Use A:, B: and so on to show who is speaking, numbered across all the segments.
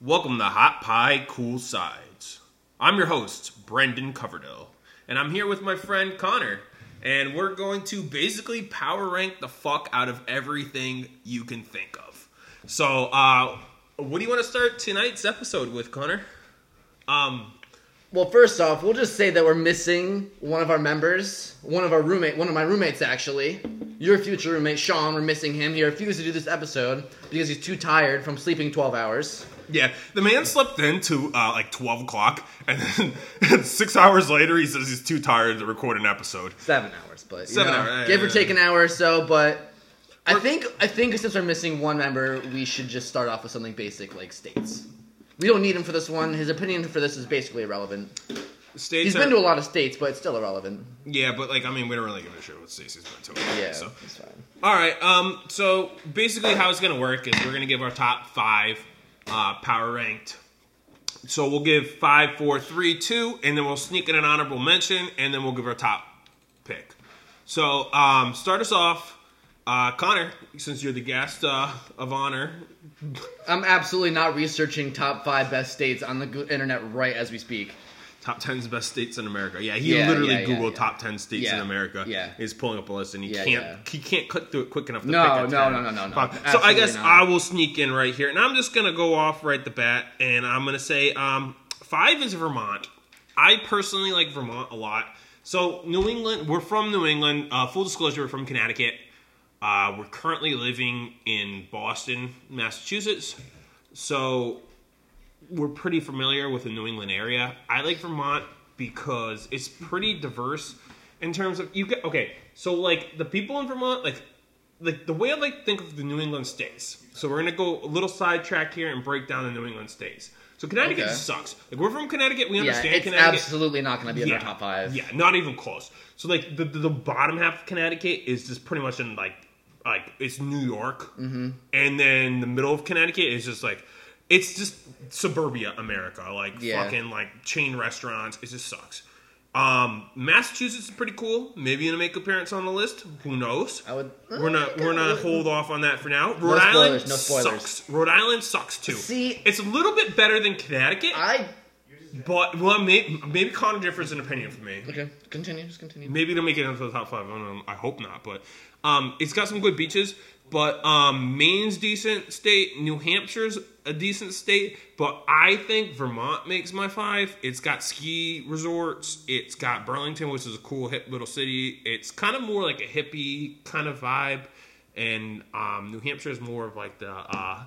A: Welcome to Hot Pie Cool Sides. I'm your host, Brendan Coverdale, and I'm here with my friend Connor, and we're going to basically power rank the fuck out of everything you can think of. So, uh, what do you want to start tonight's episode with, Connor? Um,
B: Well, first off, we'll just say that we're missing one of our members, one of our roommate, one of my roommates actually. Your future roommate Sean, we're missing him. He refused to do this episode because he's too tired from sleeping 12 hours.
A: yeah, the man slept in to uh, like 12 o'clock, and then six hours later, he says he's too tired to record an episode.
B: 7 hours, but you
A: Seven
B: know,
A: hours, yeah,
B: give
A: yeah,
B: or
A: yeah.
B: take an hour or so, but I think I think since we're missing one member, we should just start off with something basic like states. We don't need him for this one. His opinion for this is basically irrelevant.
A: States
B: He's
A: are-
B: been to a lot of states, but it's still irrelevant.
A: Yeah, but like I mean, we don't really give a shit what Stacey's been to.
B: Yeah,
A: So.
B: it's fine.
A: All right. Um. So basically, how it's gonna work is we're gonna give our top five, uh, power ranked. So we'll give five, four, three, two, and then we'll sneak in an honorable mention, and then we'll give our top pick. So um, start us off, uh, Connor, since you're the guest uh, of honor.
B: I'm absolutely not researching top five best states on the go- internet right as we speak.
A: Top 10's best states in America. Yeah, he
B: Yeah,
A: literally
B: yeah, yeah,
A: Googled
B: yeah.
A: top 10 states in
B: Yeah,
A: America.
B: yeah.
A: He's pulling up a list and he
B: Yeah,
A: can't
B: yeah.
A: he can't click through it quick enough to
B: No,
A: pick a
B: no,
A: 10.
B: no, no, no, no.
A: Fuck. So I
B: Absolutely
A: guess
B: not.
A: I will sneak in right here and I'm just going to go off right the bat and I'm going to say um 5 is Vermont. I personally like Vermont a lot. So New England, we're from New England. Uh, full disclosure, we're from Connecticut. Uh, we're currently living in Boston, Massachusetts. So we're pretty familiar with the New England area. I like Vermont because it's pretty diverse in terms of you get okay. So like the people in Vermont, like like the way I like think of the New England states. So we're gonna go a little sidetrack here and break down the New England states. So Connecticut
B: Okay.
A: sucks. Like we're from Connecticut, we
B: Yeah,
A: understand
B: it's
A: Connecticut.
B: absolutely not going to be in our top five.
A: Yeah, not even close. So like the the, the bottom half of Connecticut is just pretty much in like like it's New York, mm-hmm. and then the middle of Connecticut is just like it's just suburbia America, like
B: Yeah.
A: fucking like chain restaurants. It just sucks. Um, Massachusetts is pretty cool. Maybe gonna make appearance on the list. Who knows?
B: I would-
A: We're not. We're not hold off on that for now. Rhode
B: spoilers,
A: Island
B: no spoilers.
A: sucks. Rhode Island sucks too.
B: See-
A: it's a little bit better than Connecticut.
B: I
A: But well, maybe, maybe Connor differs in opinion from me.
B: okay. Continue. Just continue.
A: Maybe they'll make it into the top five. I don't know. I hope not. But um, it's got some good beaches. But um, Maine's decent state. New Hampshire's a decent state. But I think Vermont makes my five. It's got ski resorts. It's got Burlington, which is a cool hip little city. It's kind of more like a hippie kind of vibe. And um, New Hampshire is more of like the uh,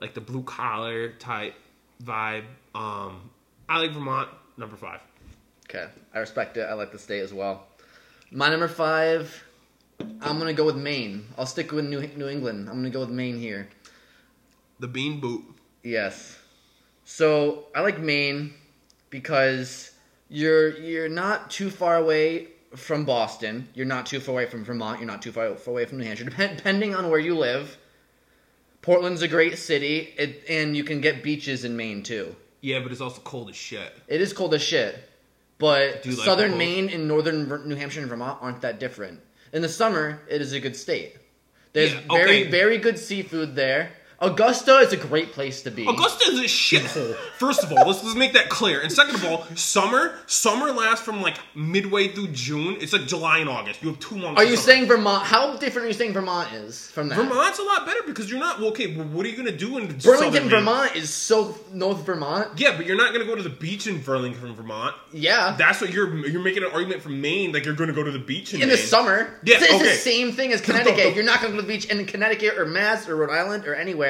A: like the blue collar type vibe. Um, I like Vermont number five.
B: Okay, I respect it. I like the state as well. My number five. I'm going to go with Maine. I'll stick with New New England. I'm going to go with Maine here.
A: The Bean Boot.
B: Yes. So I like Maine because you're you're not too far away from Boston. You're not too far away from Vermont. You're not too far far away from New Hampshire. Depend, depending on where you live, Portland's a great city, it, and you can get beaches in Maine too.
A: Yeah, but it's also cold as shit.
B: It is cold as shit, but
A: Do you like
B: southern
A: the cold?
B: Maine and northern Ver- New Hampshire and Vermont aren't that different. In the summer, it is a good state. There's
A: Yeah, okay.
B: very very good seafood there. Augusta is a great place to be.
A: Augusta is a shithole. First of all, let's, let's make that clear. And second of all, summer summer lasts from like midway through June. It's like July and August. You have two months.
B: Are
A: of
B: you
A: summer.
B: saying Vermont? How different are you saying Vermont is from that?
A: Vermont's a lot better because you're not well, okay? Well, what are you gonna do in southern
B: Burlington,
A: Maine?
B: Vermont is so North Vermont.
A: Yeah, but you're not gonna go to the beach in Burlington, Vermont.
B: Yeah,
A: That's what you're you're making an argument from Maine, like you're gonna go to the beach in,
B: in the
A: Maine.
B: summer.
A: Yeah,
B: it's, it's
A: okay.
B: the same thing as Connecticut. You're not going to the beach in Connecticut or Mass or Rhode Island or anywhere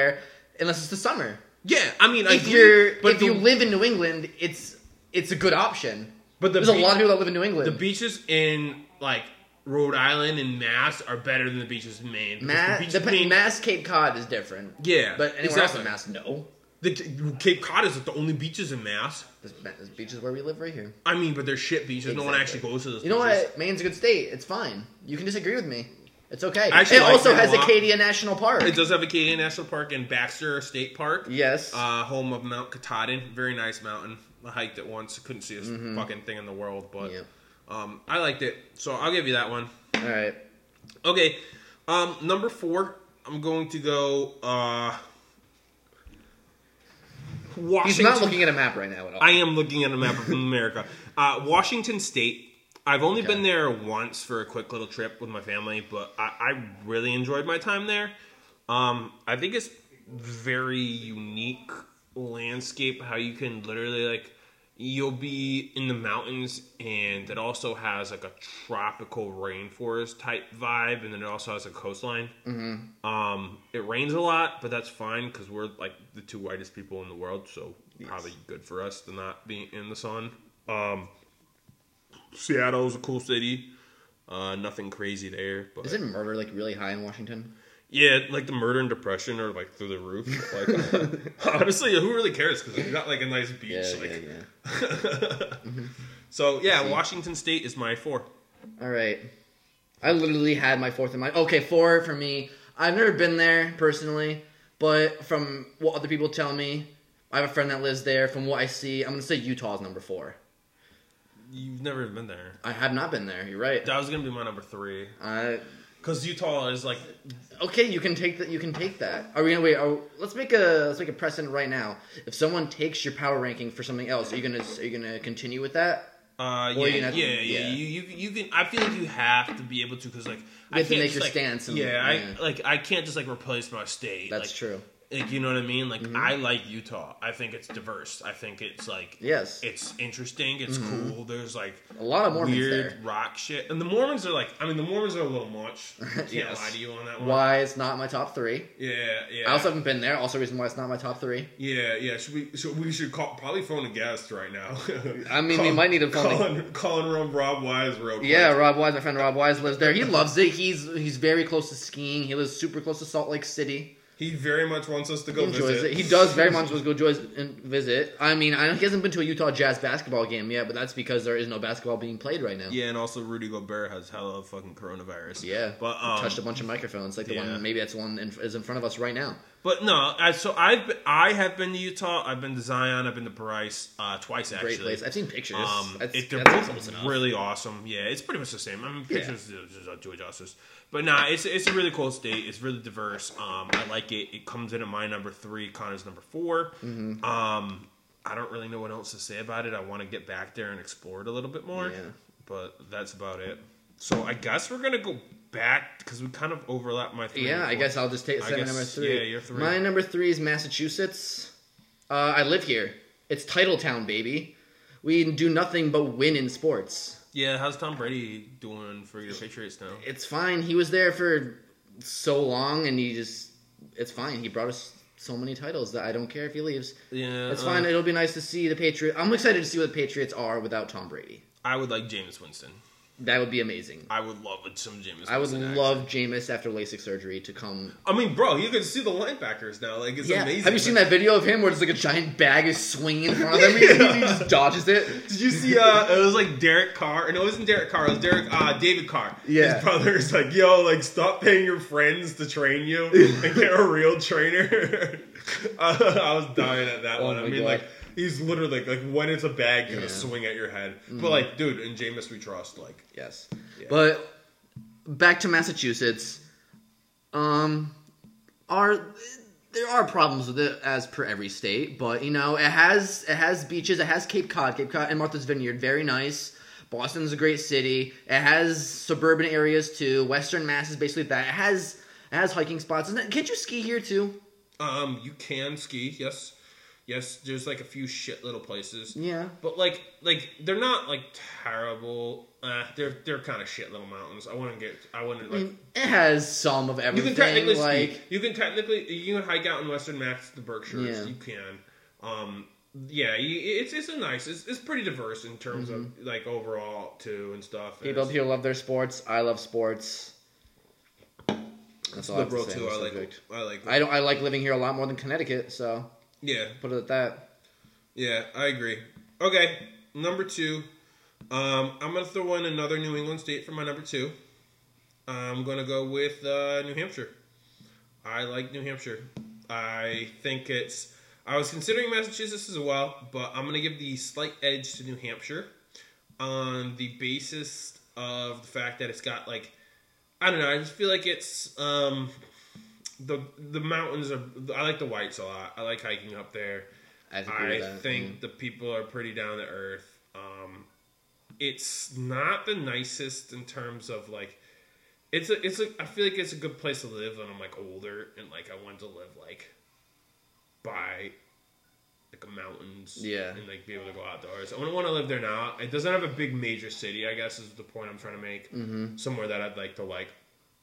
B: unless it's the summer.
A: Yeah, I mean, I
B: If
A: agree,
B: you're
A: but
B: if
A: the-
B: you live in New England, it's it's a good option.
A: But the
B: There's a
A: beach-
B: lot of people that live in New England.
A: The beaches in like Rhode Island and Mass are better than the beaches in Maine. because
B: Ma-
A: the beaches
B: the
A: in
B: pe-
A: Maine,
B: Mass Cape Cod is different.
A: Yeah,
B: but anywhere
A: exactly.
B: else in Mass, no.
A: the Cape Cod is like the only beaches in Mass.
B: This, this beach is where we live right here.
A: I mean, but they're shit beaches. No one actually
B: Exactly.
A: goes to those.
B: You know
A: beaches.
B: what? Maine's a good state. It's fine. You can disagree with me. It's okay.
A: I actually
B: it
A: like
B: also
A: Maine a
B: has
A: lot.
B: Acadia National Park.
A: It does have Acadia National Park and Baxter State Park.
B: Yes.
A: Uh, home of Mount Katahdin, very nice mountain. I hiked it once. Couldn't see a s- fucking thing in the world, but
B: Mm-hmm. Yeah.
A: um, I liked it. So I'll give you that one.
B: All right.
A: Okay, um, number four. I'm going to go. Uh, Washington.
B: He's not looking at a map right now at all.
A: I am looking at a map of America. Uh, Washington State. I've only been there once for a quick little trip with my family, but I, I really enjoyed my time there. Um, I think it's very unique landscape how you can literally like you'll be in the mountains and it also has like a tropical rainforest type vibe and then it also has a coastline um, it rains a lot but that's fine because we're like the two whitest people in the world so probably good for us to not be in the sun um, seattle's a cool city uh, nothing crazy there but
B: Isn't murder like really high in Washington?
A: yeah, like the murder and depression are like through the roof. Like, uh, honestly, who really cares? Because you got like a nice beach. like,
B: yeah.
A: so yeah, Washington State is my four.
B: All right. I literally had my fourth in mind. Okay, four for me. I've never been there personally, but from what other people tell me, I have a friend that lives there. From what I see, I'm gonna say Utah's number four.
A: You've never been there.
B: I have not been there. You're right.
A: That was gonna be my number three.
B: Uh,
A: Cause Utah is like
B: okay, you can take that. You can take that. Are we gonna wait? Are, let's make a let's make a precedent right now. If someone takes your power ranking for something else, are you gonna are you gonna continue with that?
A: uh, yeah,
B: Well, you
A: yeah,
B: have to-
A: yeah,
B: yeah.
A: You, you you can. I feel like you have to be able to because like I
B: have to
A: can't
B: make
A: just,
B: your
A: like-
B: stance and-
A: yeah,
B: yeah.
A: I like I can't just like replace my state.
B: That's
A: like,
B: true. Mm-hmm.
A: Like you know what I mean? Like I like Utah. I think it's diverse. I think it's like
B: Yes.
A: it's interesting. It's cool. There's like
B: Mm-hmm. A lot of Mormons
A: weird
B: there.
A: rock shit, and the Mormons are like. I mean, the Mormons are a little much. I can't
B: Yes.
A: lie to you on that one.
B: Why it's not my top three?
A: Yeah, yeah.
B: I also haven't been there. Also, reason why it's not my top three.
A: Yeah, yeah. Should we? So we should call probably phone a guest right now.
B: I mean, we might need to phone a-
A: Calling, calling around Rob Wise real quick.
B: Yeah, Rob Wise, my friend Rob Wise lives there. He loves it. He's he's very close to skiing. He lives super close to Salt Lake City.
A: he very much wants us to
B: He
A: go
B: enjoys
A: visit.
B: it. He does very much go enjoys and visit. I mean, I know he hasn't been to a Utah Jazz basketball game yet, but that's because there is no basketball being played right now.
A: Yeah, and also Rudy Gobert has hella fucking coronavirus.
B: Yeah.
A: but um,
B: touched a bunch of microphones, like the
A: yeah.
B: one maybe that's the one in, is in front of us right now.
A: but no. I, so I've been, I have been to Utah. I've been to Zion. I've been to Bryce uh, twice actually.
B: Great place. I've seen pictures.
A: Um,
B: that's,
A: it, they're
B: that's
A: both
B: close enough.
A: really awesome. Yeah, it's pretty much the same. I mean,
B: Yeah.
A: pictures do- just do it justice. But nah, it's it's a really cool state. It's really diverse. Um, I like it. It comes in at my number three. Connor's number 4
B: Mm-hmm.
A: Um, I don't really know what else to say about it. I want to get back there and explore it a little bit more.
B: Yeah.
A: But that's about it. So I guess we're gonna go back because we kind of overlap my three. and
B: Yeah, I
A: four.
B: guess I'll just take
A: I
B: seven
A: guess-
B: number three.
A: yeah, you're three.
B: My number three is Massachusetts. Uh, I live here. It's Titletown, baby. We do nothing but win in sports.
A: Yeah, how's Tom Brady doing for your Patriots now?
B: It's fine. He was there for so long, and he just. It's fine. He brought us so many titles that I don't care if he leaves.
A: Yeah,
B: It's
A: uh,
B: fine. It'll be nice to see the Patriots. I'm excited to see what the Patriots are without Tom Brady.
A: I would like James Winston.
B: That would be amazing.
A: I would love some James.
B: I would
A: Winston action.
B: love Jameis after LASIK surgery to come
A: I mean, bro, you can see the linebackers now. Like, it's
B: Yeah.
A: amazing.
B: Have you seen that video of him where it's like a giant bag is swinging in front of him? He, he just dodges it.
A: Did you see? Uh, it was like Derek Carr, and it wasn't Derek Carr. It was Derek, uh, David Carr.
B: Yeah.
A: his brother is like, "Yo, like, stop paying your friends to train you and get a real trainer." uh, I was dying at that
B: Oh
A: one. I
B: my
A: mean,
B: God.
A: like, he's literally like, like when it's a bag, you're
B: Yeah.
A: gonna
B: Mm.
A: swing at your head. But like, dude, in Jameis we trust. Like,
B: Yes. But back to Massachusetts. Um, are there are problems with it as per every state, but you know it has it has beaches, it has Cape Cod, Cape Cod and Martha's Vineyard, very nice. Boston's a great city. It has suburban areas too. Western Mass is basically that. It has it has hiking spots. Isn't it, can't you ski here too?
A: um, you can ski. Yes, yes. There's like a few shit little places.
B: Yeah.
A: But like, like they're not like terrible. Uh, they're they're kind of shit little mountains. I wouldn't get. I wouldn't like.
B: It has some of
A: you
B: everything.
A: can technically
B: Mm. like
A: ski. You can technically you can hike out in Western Mass, the Berkshires.
B: Yeah.
A: You can. Um, yeah, you, it's it's a nice. It's, it's pretty diverse in terms of like overall too and stuff. And
B: Mm-hmm. people up
A: it's-
B: here love their sports. I love sports. That's all I have to
A: liberal
B: say on
A: too.
B: the
A: I like.
B: subject.
A: I like.
B: I don't. I like living here a lot more than Connecticut. So
A: yeah,
B: put it at that.
A: yeah. I agree. Okay, number two. Um, I'm gonna throw in another New England state for my number two. I'm gonna go with uh, New Hampshire. I like New Hampshire. I think it's. I was considering Massachusetts as well, but I'm gonna give the slight edge to New Hampshire on the basis of the fact that it's got like, I don't know. I just feel like it's um, the the mountains are. I like the whites a lot. I like hiking up there.
B: I think, we
A: I
B: were the-
A: think the people are pretty down to earth. Um, it's not the nicest in terms of like, it's a, it's a. I feel like it's a good place to live when I'm like older and like I want to live like by like the mountains,
B: Yeah.
A: and like be able to go outdoors. I wouldn't want to live there now. It doesn't have a big major city. I guess is the point I'm trying to make. Mm-hmm. Somewhere that I'd like to like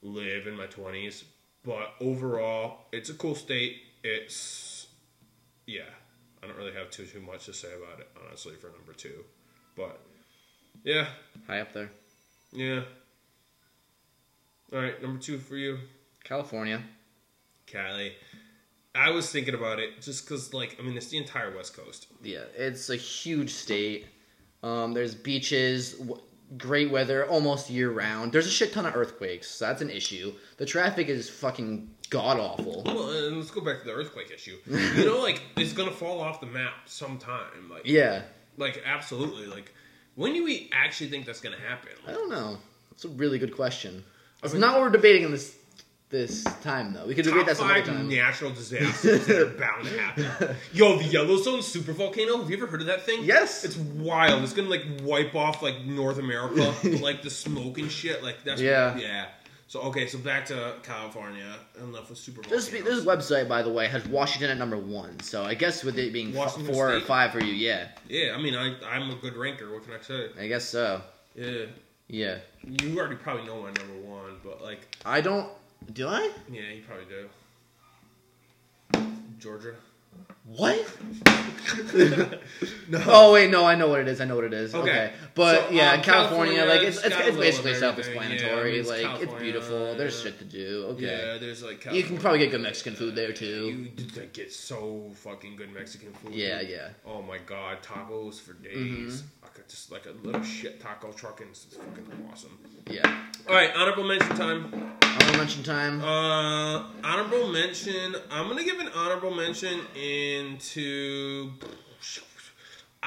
A: live in my twenties, but overall, it's a cool state. It's yeah, I don't really have too too much to say about it honestly for number two, but yeah,
B: Mm, high up there.
A: yeah. All right, number two for you,
B: California.
A: Cali. I was thinking about it just because, like, I mean, it's the entire West Coast.
B: Yeah, it's a huge state. Um, there's beaches, w- great weather almost year round. There's a shit ton of earthquakes, so that's an issue. The traffic is fucking god awful.
A: Well, and let's go back to the earthquake issue. You know, like, it's gonna fall off the map sometime. Like,
B: Yeah,
A: like absolutely. Like, when do we actually think that's gonna happen?
B: I
A: Like,
B: don't know. That's a really good question. It's
A: mean-
B: not what we're debating in this this time though. We could debate
A: top
B: that some other
A: five
B: time.
A: natural disasters that are bound to happen. Yo, the Yellowstone super volcano. Have you ever heard of that thing?
B: Yes.
A: It's wild. It's gonna like wipe off like North America, like the smoke and shit. Like that's
B: Yeah.
A: yeah. So okay, so back to California. Enough with super
B: This,
A: volcanoes.
B: this website, by the way, has Washington at number one. So I guess with it being f-
A: Washington
B: four or
A: State?
B: five for you, yeah,
A: yeah, I mean, I I'm a good ranker. What can I say?
B: I guess so.
A: Yeah,
B: Yeah,
A: you already probably know my number one, but like,
B: I don't. Do I?
A: yeah, you probably do. Georgia.
B: What?
A: No.
B: Oh wait, no, I know what it is. I know what it is.
A: Okay.
B: Okay, but
A: So,
B: yeah,
A: um,
B: California,
A: California,
B: like it's it's,
A: it's got a
B: it's
A: little
B: basically
A: of everything.
B: self-explanatory.
A: Yeah, I mean, it's
B: like it's
A: California,
B: beautiful. There's
A: yeah.
B: shit to do. Okay,
A: Yeah, there's like
B: you can probably get good Mexican food there too.
A: You like, get so fucking good Mexican food.
B: Yeah, yeah. Mm-hmm.
A: Oh my god, tacos for days. I could just like a little shit taco truck and it's fucking awesome.
B: Yeah.
A: All right, honorable mention time.
B: Honorable mention time.
A: Uh, honorable mention. I'm gonna give an honorable mention into.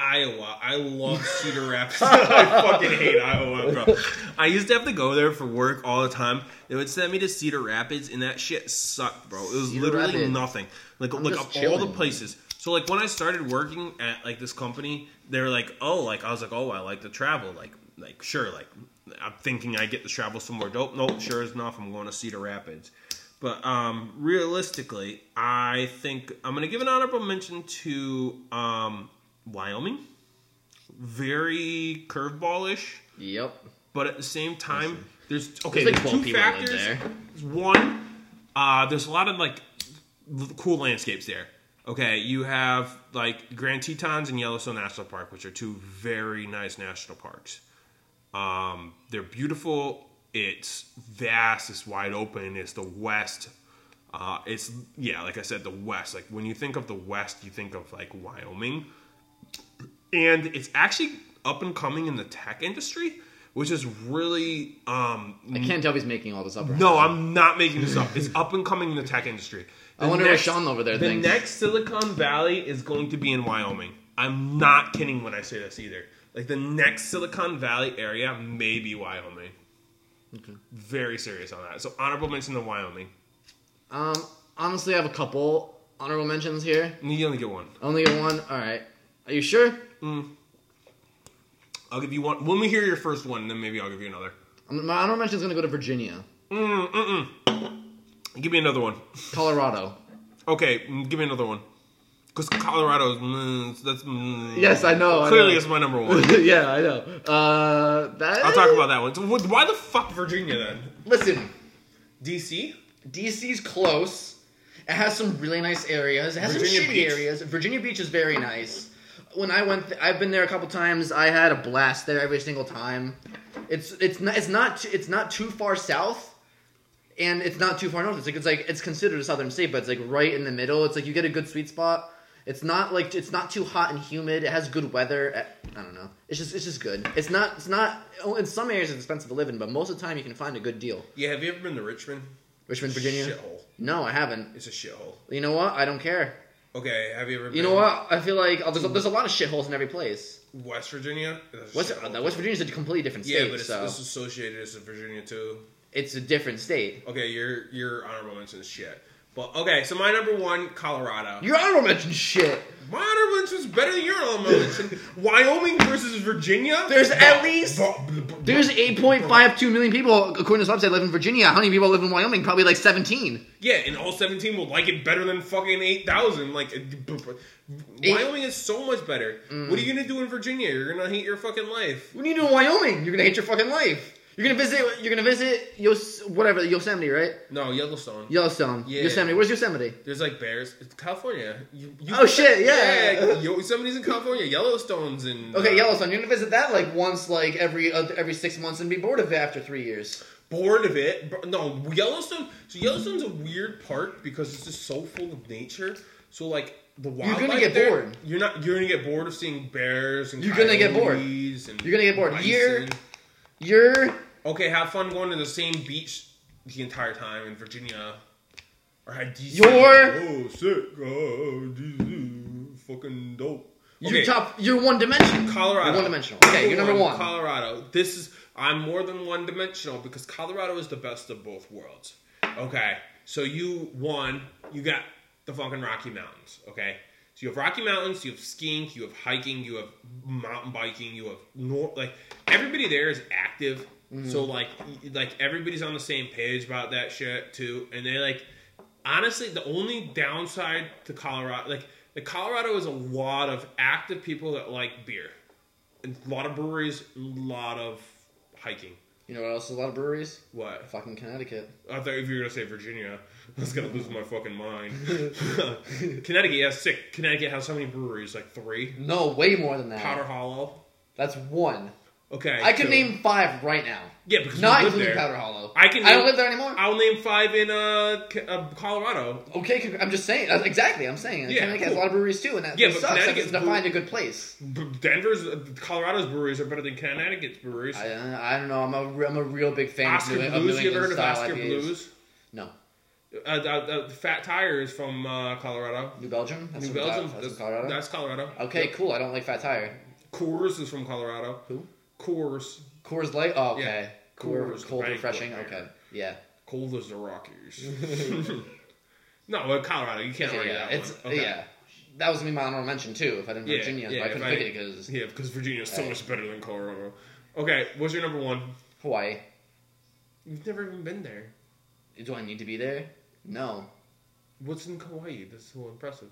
A: Iowa. I love Cedar Rapids. I fucking hate Iowa, bro. I used to have to go there for work all the time. They would send me to Cedar Rapids, and that shit sucked, bro. It was
B: Cedar
A: literally
B: Rapids.
A: nothing. Like, like
B: just
A: of all the
B: chilling.
A: places. So, like when I started working at like this company, they were like, "Oh, like I was like, oh, I like to travel. Like, like sure, like I'm thinking I get to travel somewhere dope. Nope, sure enough, I'm going to Cedar Rapids." But um, realistically, I think I'm gonna give an honorable mention to um, Wyoming very curveballish,
B: yep.
A: but at the same time, there's okay.
B: There's,
A: There's
B: like, twelve
A: two
B: people that live
A: factors.
B: there.
A: There's One, uh, there's a lot of like l- cool landscapes there. Okay, you have like Grand Tetons and Yellowstone National Park, which are two very nice national parks. Um, they're beautiful. It's vast. It's wide open. It's the West. Uh, it's yeah, like I said, the West. Like when you think of the West, you think of like Wyoming, and it's actually up and coming in the tech industry, which is really um,
B: I can't tell if he's making all this up. or
A: no,
B: not.
A: I'm not making this up. It's up and coming in the tech industry.
B: I wonder what Sean over there
A: The
B: thinks.
A: next Silicon Valley is going to be in Wyoming. I'm not kidding when I say this either. Like the next Silicon Valley area may be Wyoming. Very serious on that. So honorable mention to Wyoming.
B: Um, honestly, I have a couple honorable mentions here.
A: You only get one.
B: Only get one. All right. Are you sure?
A: I'll give you one when we hear your first one. Then maybe I'll give you another.
B: Um, My honorable mention is gonna go to Virginia,
A: Give me another one.
B: Colorado.
A: Okay, mm, give me another one. Because Colorado is mm, that's mm.
B: Yes, I know. I
A: Clearly,
B: know.
A: it's my number one.
B: yeah, I know. Uh, that.
A: I'll talk about that one. So wh- why the fuck Virginia then?
B: Listen,
A: DC?
B: DC's close. It has some really nice areas. It has
A: Virginia
B: some shitty
A: Beach.
B: areas. Virginia Beach is very nice. When I went, th- I've been there a couple times. I had a blast there every single time. It's it's not it's not t- it's not too far south, and it's not too far north. It's like it's like it's considered a southern state, but it's like right in the middle. It's like you get a good sweet spot. It's not like it's not too hot and humid. It has good weather. I- I don't know. It's just it's just good. It's not it's not. oh, In some areas, it's expensive to live in, but most of the time, you can find a good deal.
A: Yeah, have you ever been to Richmond?
B: Richmond, Virginia.
A: Shithole.
B: No, I haven't.
A: It's a shithole.
B: You know what? I don't care.
A: Okay, have you ever been
B: You know what? I feel like oh, there's, a, there's a lot of shitholes in every place.
A: West Virginia? It's a
B: West,
A: shithole.
B: uh, West Virginia's a completely different
A: Yeah,
B: state,
A: but it's,
B: so
A: it's associated as Virginia too.
B: it's a different state.
A: Okay, your your honorable mention is shit. But okay, so my number one, Colorado.
B: Your honorable mention shit.
A: my honorable better than your elements. And Wyoming versus Virginia.
B: There's at least
A: Bro- bro- bro-
B: there's 8.52 million people according to this website live in Virginia. How many people live in Wyoming? Probably like 17.
A: yeah, and all 17 will like it better than fucking 8,000. Like, uh, br- br- Wyoming is so much better. What are you gonna do in Virginia? You're gonna hate your fucking life.
B: What do you do in Wyoming? You're gonna hate your fucking life. You're gonna visit. You're gonna visit Yos whatever Yosemite, right?
A: No, Yellowstone.
B: Yellowstone.
A: Yeah.
B: Yosemite. Where's Yosemite?
A: There's like bears. It's California. You, you,
B: Oh, shit, yeah.
A: Yo, somebody's in California. Yellowstone's in.
B: Okay,
A: uh,
B: Yellowstone. You're gonna visit that like once, like every uh, every six months, and be bored of it after three years.
A: bored of it. Bro- No, Yellowstone. So Yellowstone's a weird park because it's just so full of nature. So like the wildlife.
B: get
A: there,
B: bored.
A: You're not. You're gonna get bored of seeing bears and
B: You're gonna get bored.
A: coyotes And
B: You're gonna get bored.
A: bison.
B: You're- You're
A: okay. Have fun going to the same beach the entire time in Virginia. Or had DC.
B: You're-
A: oh sick. Oh, DC, fucking dope.
B: you're top. You're one dimensional.
A: Colorado.
B: You're one dimensional. Okay, you're number one.
A: Colorado. This is I'm more than one dimensional because Colorado is the best of both worlds. Okay. So you one, you got the fucking Rocky Mountains, okay? So you have Rocky Mountains, you have skiing, you have hiking, you have mountain biking, you have nor- like everybody there is active.
B: Mm-hmm.
A: So like y- like everybody's on the same page about that shit too. And they like honestly the only downside to Colorado like the Colorado is a lot of active people that like beer a lot of breweries, a lot of hiking.
B: You know what else? is A lot of breweries.
A: What?
B: Fucking Connecticut.
A: I thought if you were gonna say Virginia, I was gonna lose my fucking mind. Connecticut, yeah, sick. Connecticut has how many breweries? Like three.
B: No, way more than that.
A: Hmm. Powder Hollow.
B: That's one.
A: Okay.
B: I could
A: so-
B: name five right now.
A: Yeah, because
B: Not
A: we live
B: including
A: there.
B: Powder Hollow.
A: I can
B: I don't
A: name-
B: live there anymore.
A: I'll name five in uh, C- uh Colorado.
B: Okay, congr- I'm just saying. that's Exactly, I'm saying.
A: Yeah,
B: Connecticut has a
A: cool.
B: lot of breweries too, and that
A: Yeah,
B: it
A: but
B: sucks. that
A: Connecticut's
B: It's defined a good place.
A: B- Denver's, uh, Colorado's breweries are better than Connecticut's breweries.
B: I, uh, I don't know. I'm a, re- I'm a real big fan
A: Oscar
B: of New, of New
A: Blues. You ever heard
B: England
A: of
B: style
A: Oscar
B: IPAs.
A: Blues?
B: No,
A: Uh, uh, uh, Fat Tire is from uh, Colorado.
B: New Belgium. That's
A: New
B: from Col-
A: Belgium.
B: That's from Colorado.
A: That's Colorado.
B: okay, cool. I don't like Fat Tire.
A: Coors is from Colorado.
B: Who?
A: Coors.
B: Coors Light. Oh, okay.
A: Yeah.
B: Coor-
A: Coors,
B: cold,
A: right,
B: refreshing.
A: cold,
B: Okay,
A: right.
B: yeah.
A: Cold as the Rockies. no, but Colorado, you can't
B: Okay,
A: argue
B: yeah.
A: oh, that
B: It's
A: one. Okay.
B: yeah. That was gonna be my honorable mention too. If I didn't
A: Yeah,
B: Virginia,
A: yeah,
B: but I couldn't
A: if I
B: pick it
A: didn't-
B: because
A: Yeah, because Virginia is so
B: Right.
A: much better than Colorado. Okay, what's your number one?
B: Hawaii.
A: You've never even been there.
B: Do I need to be there? No.
A: What's in Kauai that's so impressive?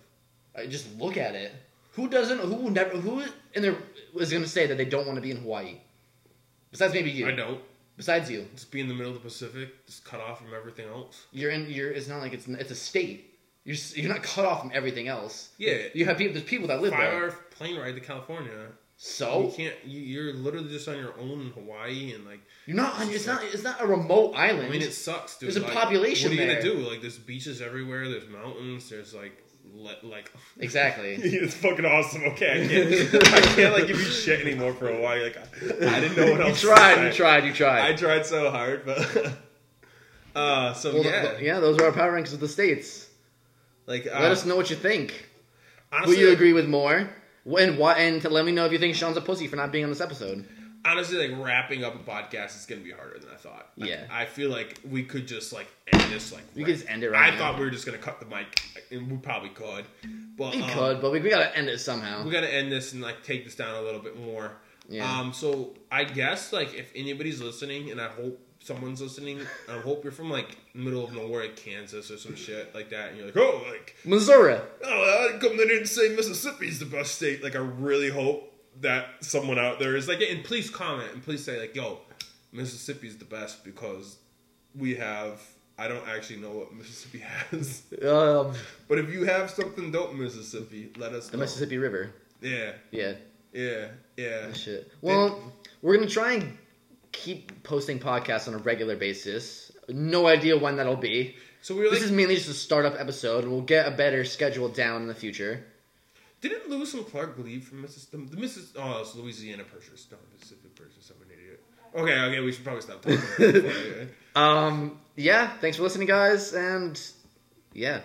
B: I just look at it. Who doesn't? Who would never? Who in there is going to say that they don't want to be in Hawaii? Besides maybe you.
A: I don't.
B: Besides you,
A: Just be in the middle of the Pacific, just cut off from everything else.
B: you're in. You're. It's not like it's. It's a state. You're. s- You're not cut off from everything else.
A: Yeah.
B: You have people. There's people that live
A: Five
B: there.
A: hour plane ride to California. You
B: So
A: can't. You, you're literally just on your own in Hawaii, and like,
B: you're not. On, it's not. It's not a remote island.
A: I mean, it sucks, dude.
B: There's a
A: Like,
B: population
A: What are you
B: there.
A: gonna do? Like, there's beaches everywhere. There's mountains. There's like, le- like
B: exactly.
A: it's fucking awesome. Okay, I can't, I can't like give you shit anymore for a while. Like I, I didn't know what
B: you
A: else. to
B: tried.
A: say.
B: You tried. You tried.
A: I tried so hard, but uh, so
B: Well,
A: yeah,
B: th- yeah. Those are our power rankings of the states.
A: like uh,
B: Let us know what you think. Who
A: honestly,
B: you agree with more? And why? And to let me know if you think Sean's a pussy for not being on this episode.
A: honestly, like wrapping up a podcast is gonna be harder than I thought. Like,
B: Yeah.
A: I feel like we could just like end this. Like
B: We could just end it right
A: I
B: now.
A: thought we were just gonna cut the mic, and we probably could, but
B: We
A: um,
B: could, but we, we gotta end it somehow.
A: we gotta end this and like take this down a little bit more.
B: Yeah.
A: Um. So I guess like if anybody's listening, and I hope someone's listening, I hope you're from like middle of nowhere, like Kansas or some shit like that, and you're like, oh, like
B: Missouri.
A: oh, I come in here and say Mississippi's the best state. Like I really hope that someone out there is like, and please comment and please say like, yo, Mississippi's the best because we have. I don't actually know what Mississippi has,
B: Um,
A: but if you have something dope, Mississippi, let us
B: the
A: know.
B: Mississippi River.
A: Yeah.
B: Yeah,
A: Yeah, yeah.
B: shit. Well, we're gonna try and keep posting podcasts on a regular basis. No idea when that'll be.
A: So we were like,
B: This is mainly just a startup episode, and we'll get a better schedule down in the future.
A: didn't Lewis and Clark leave from Mrs. The, the Mrs. Oh, it's Louisiana Purchase, not Mississippi Purchase. I'm an idiot. Okay, okay, we should probably stop talking. about that.
B: Um, yeah. Thanks for listening, guys, and yeah.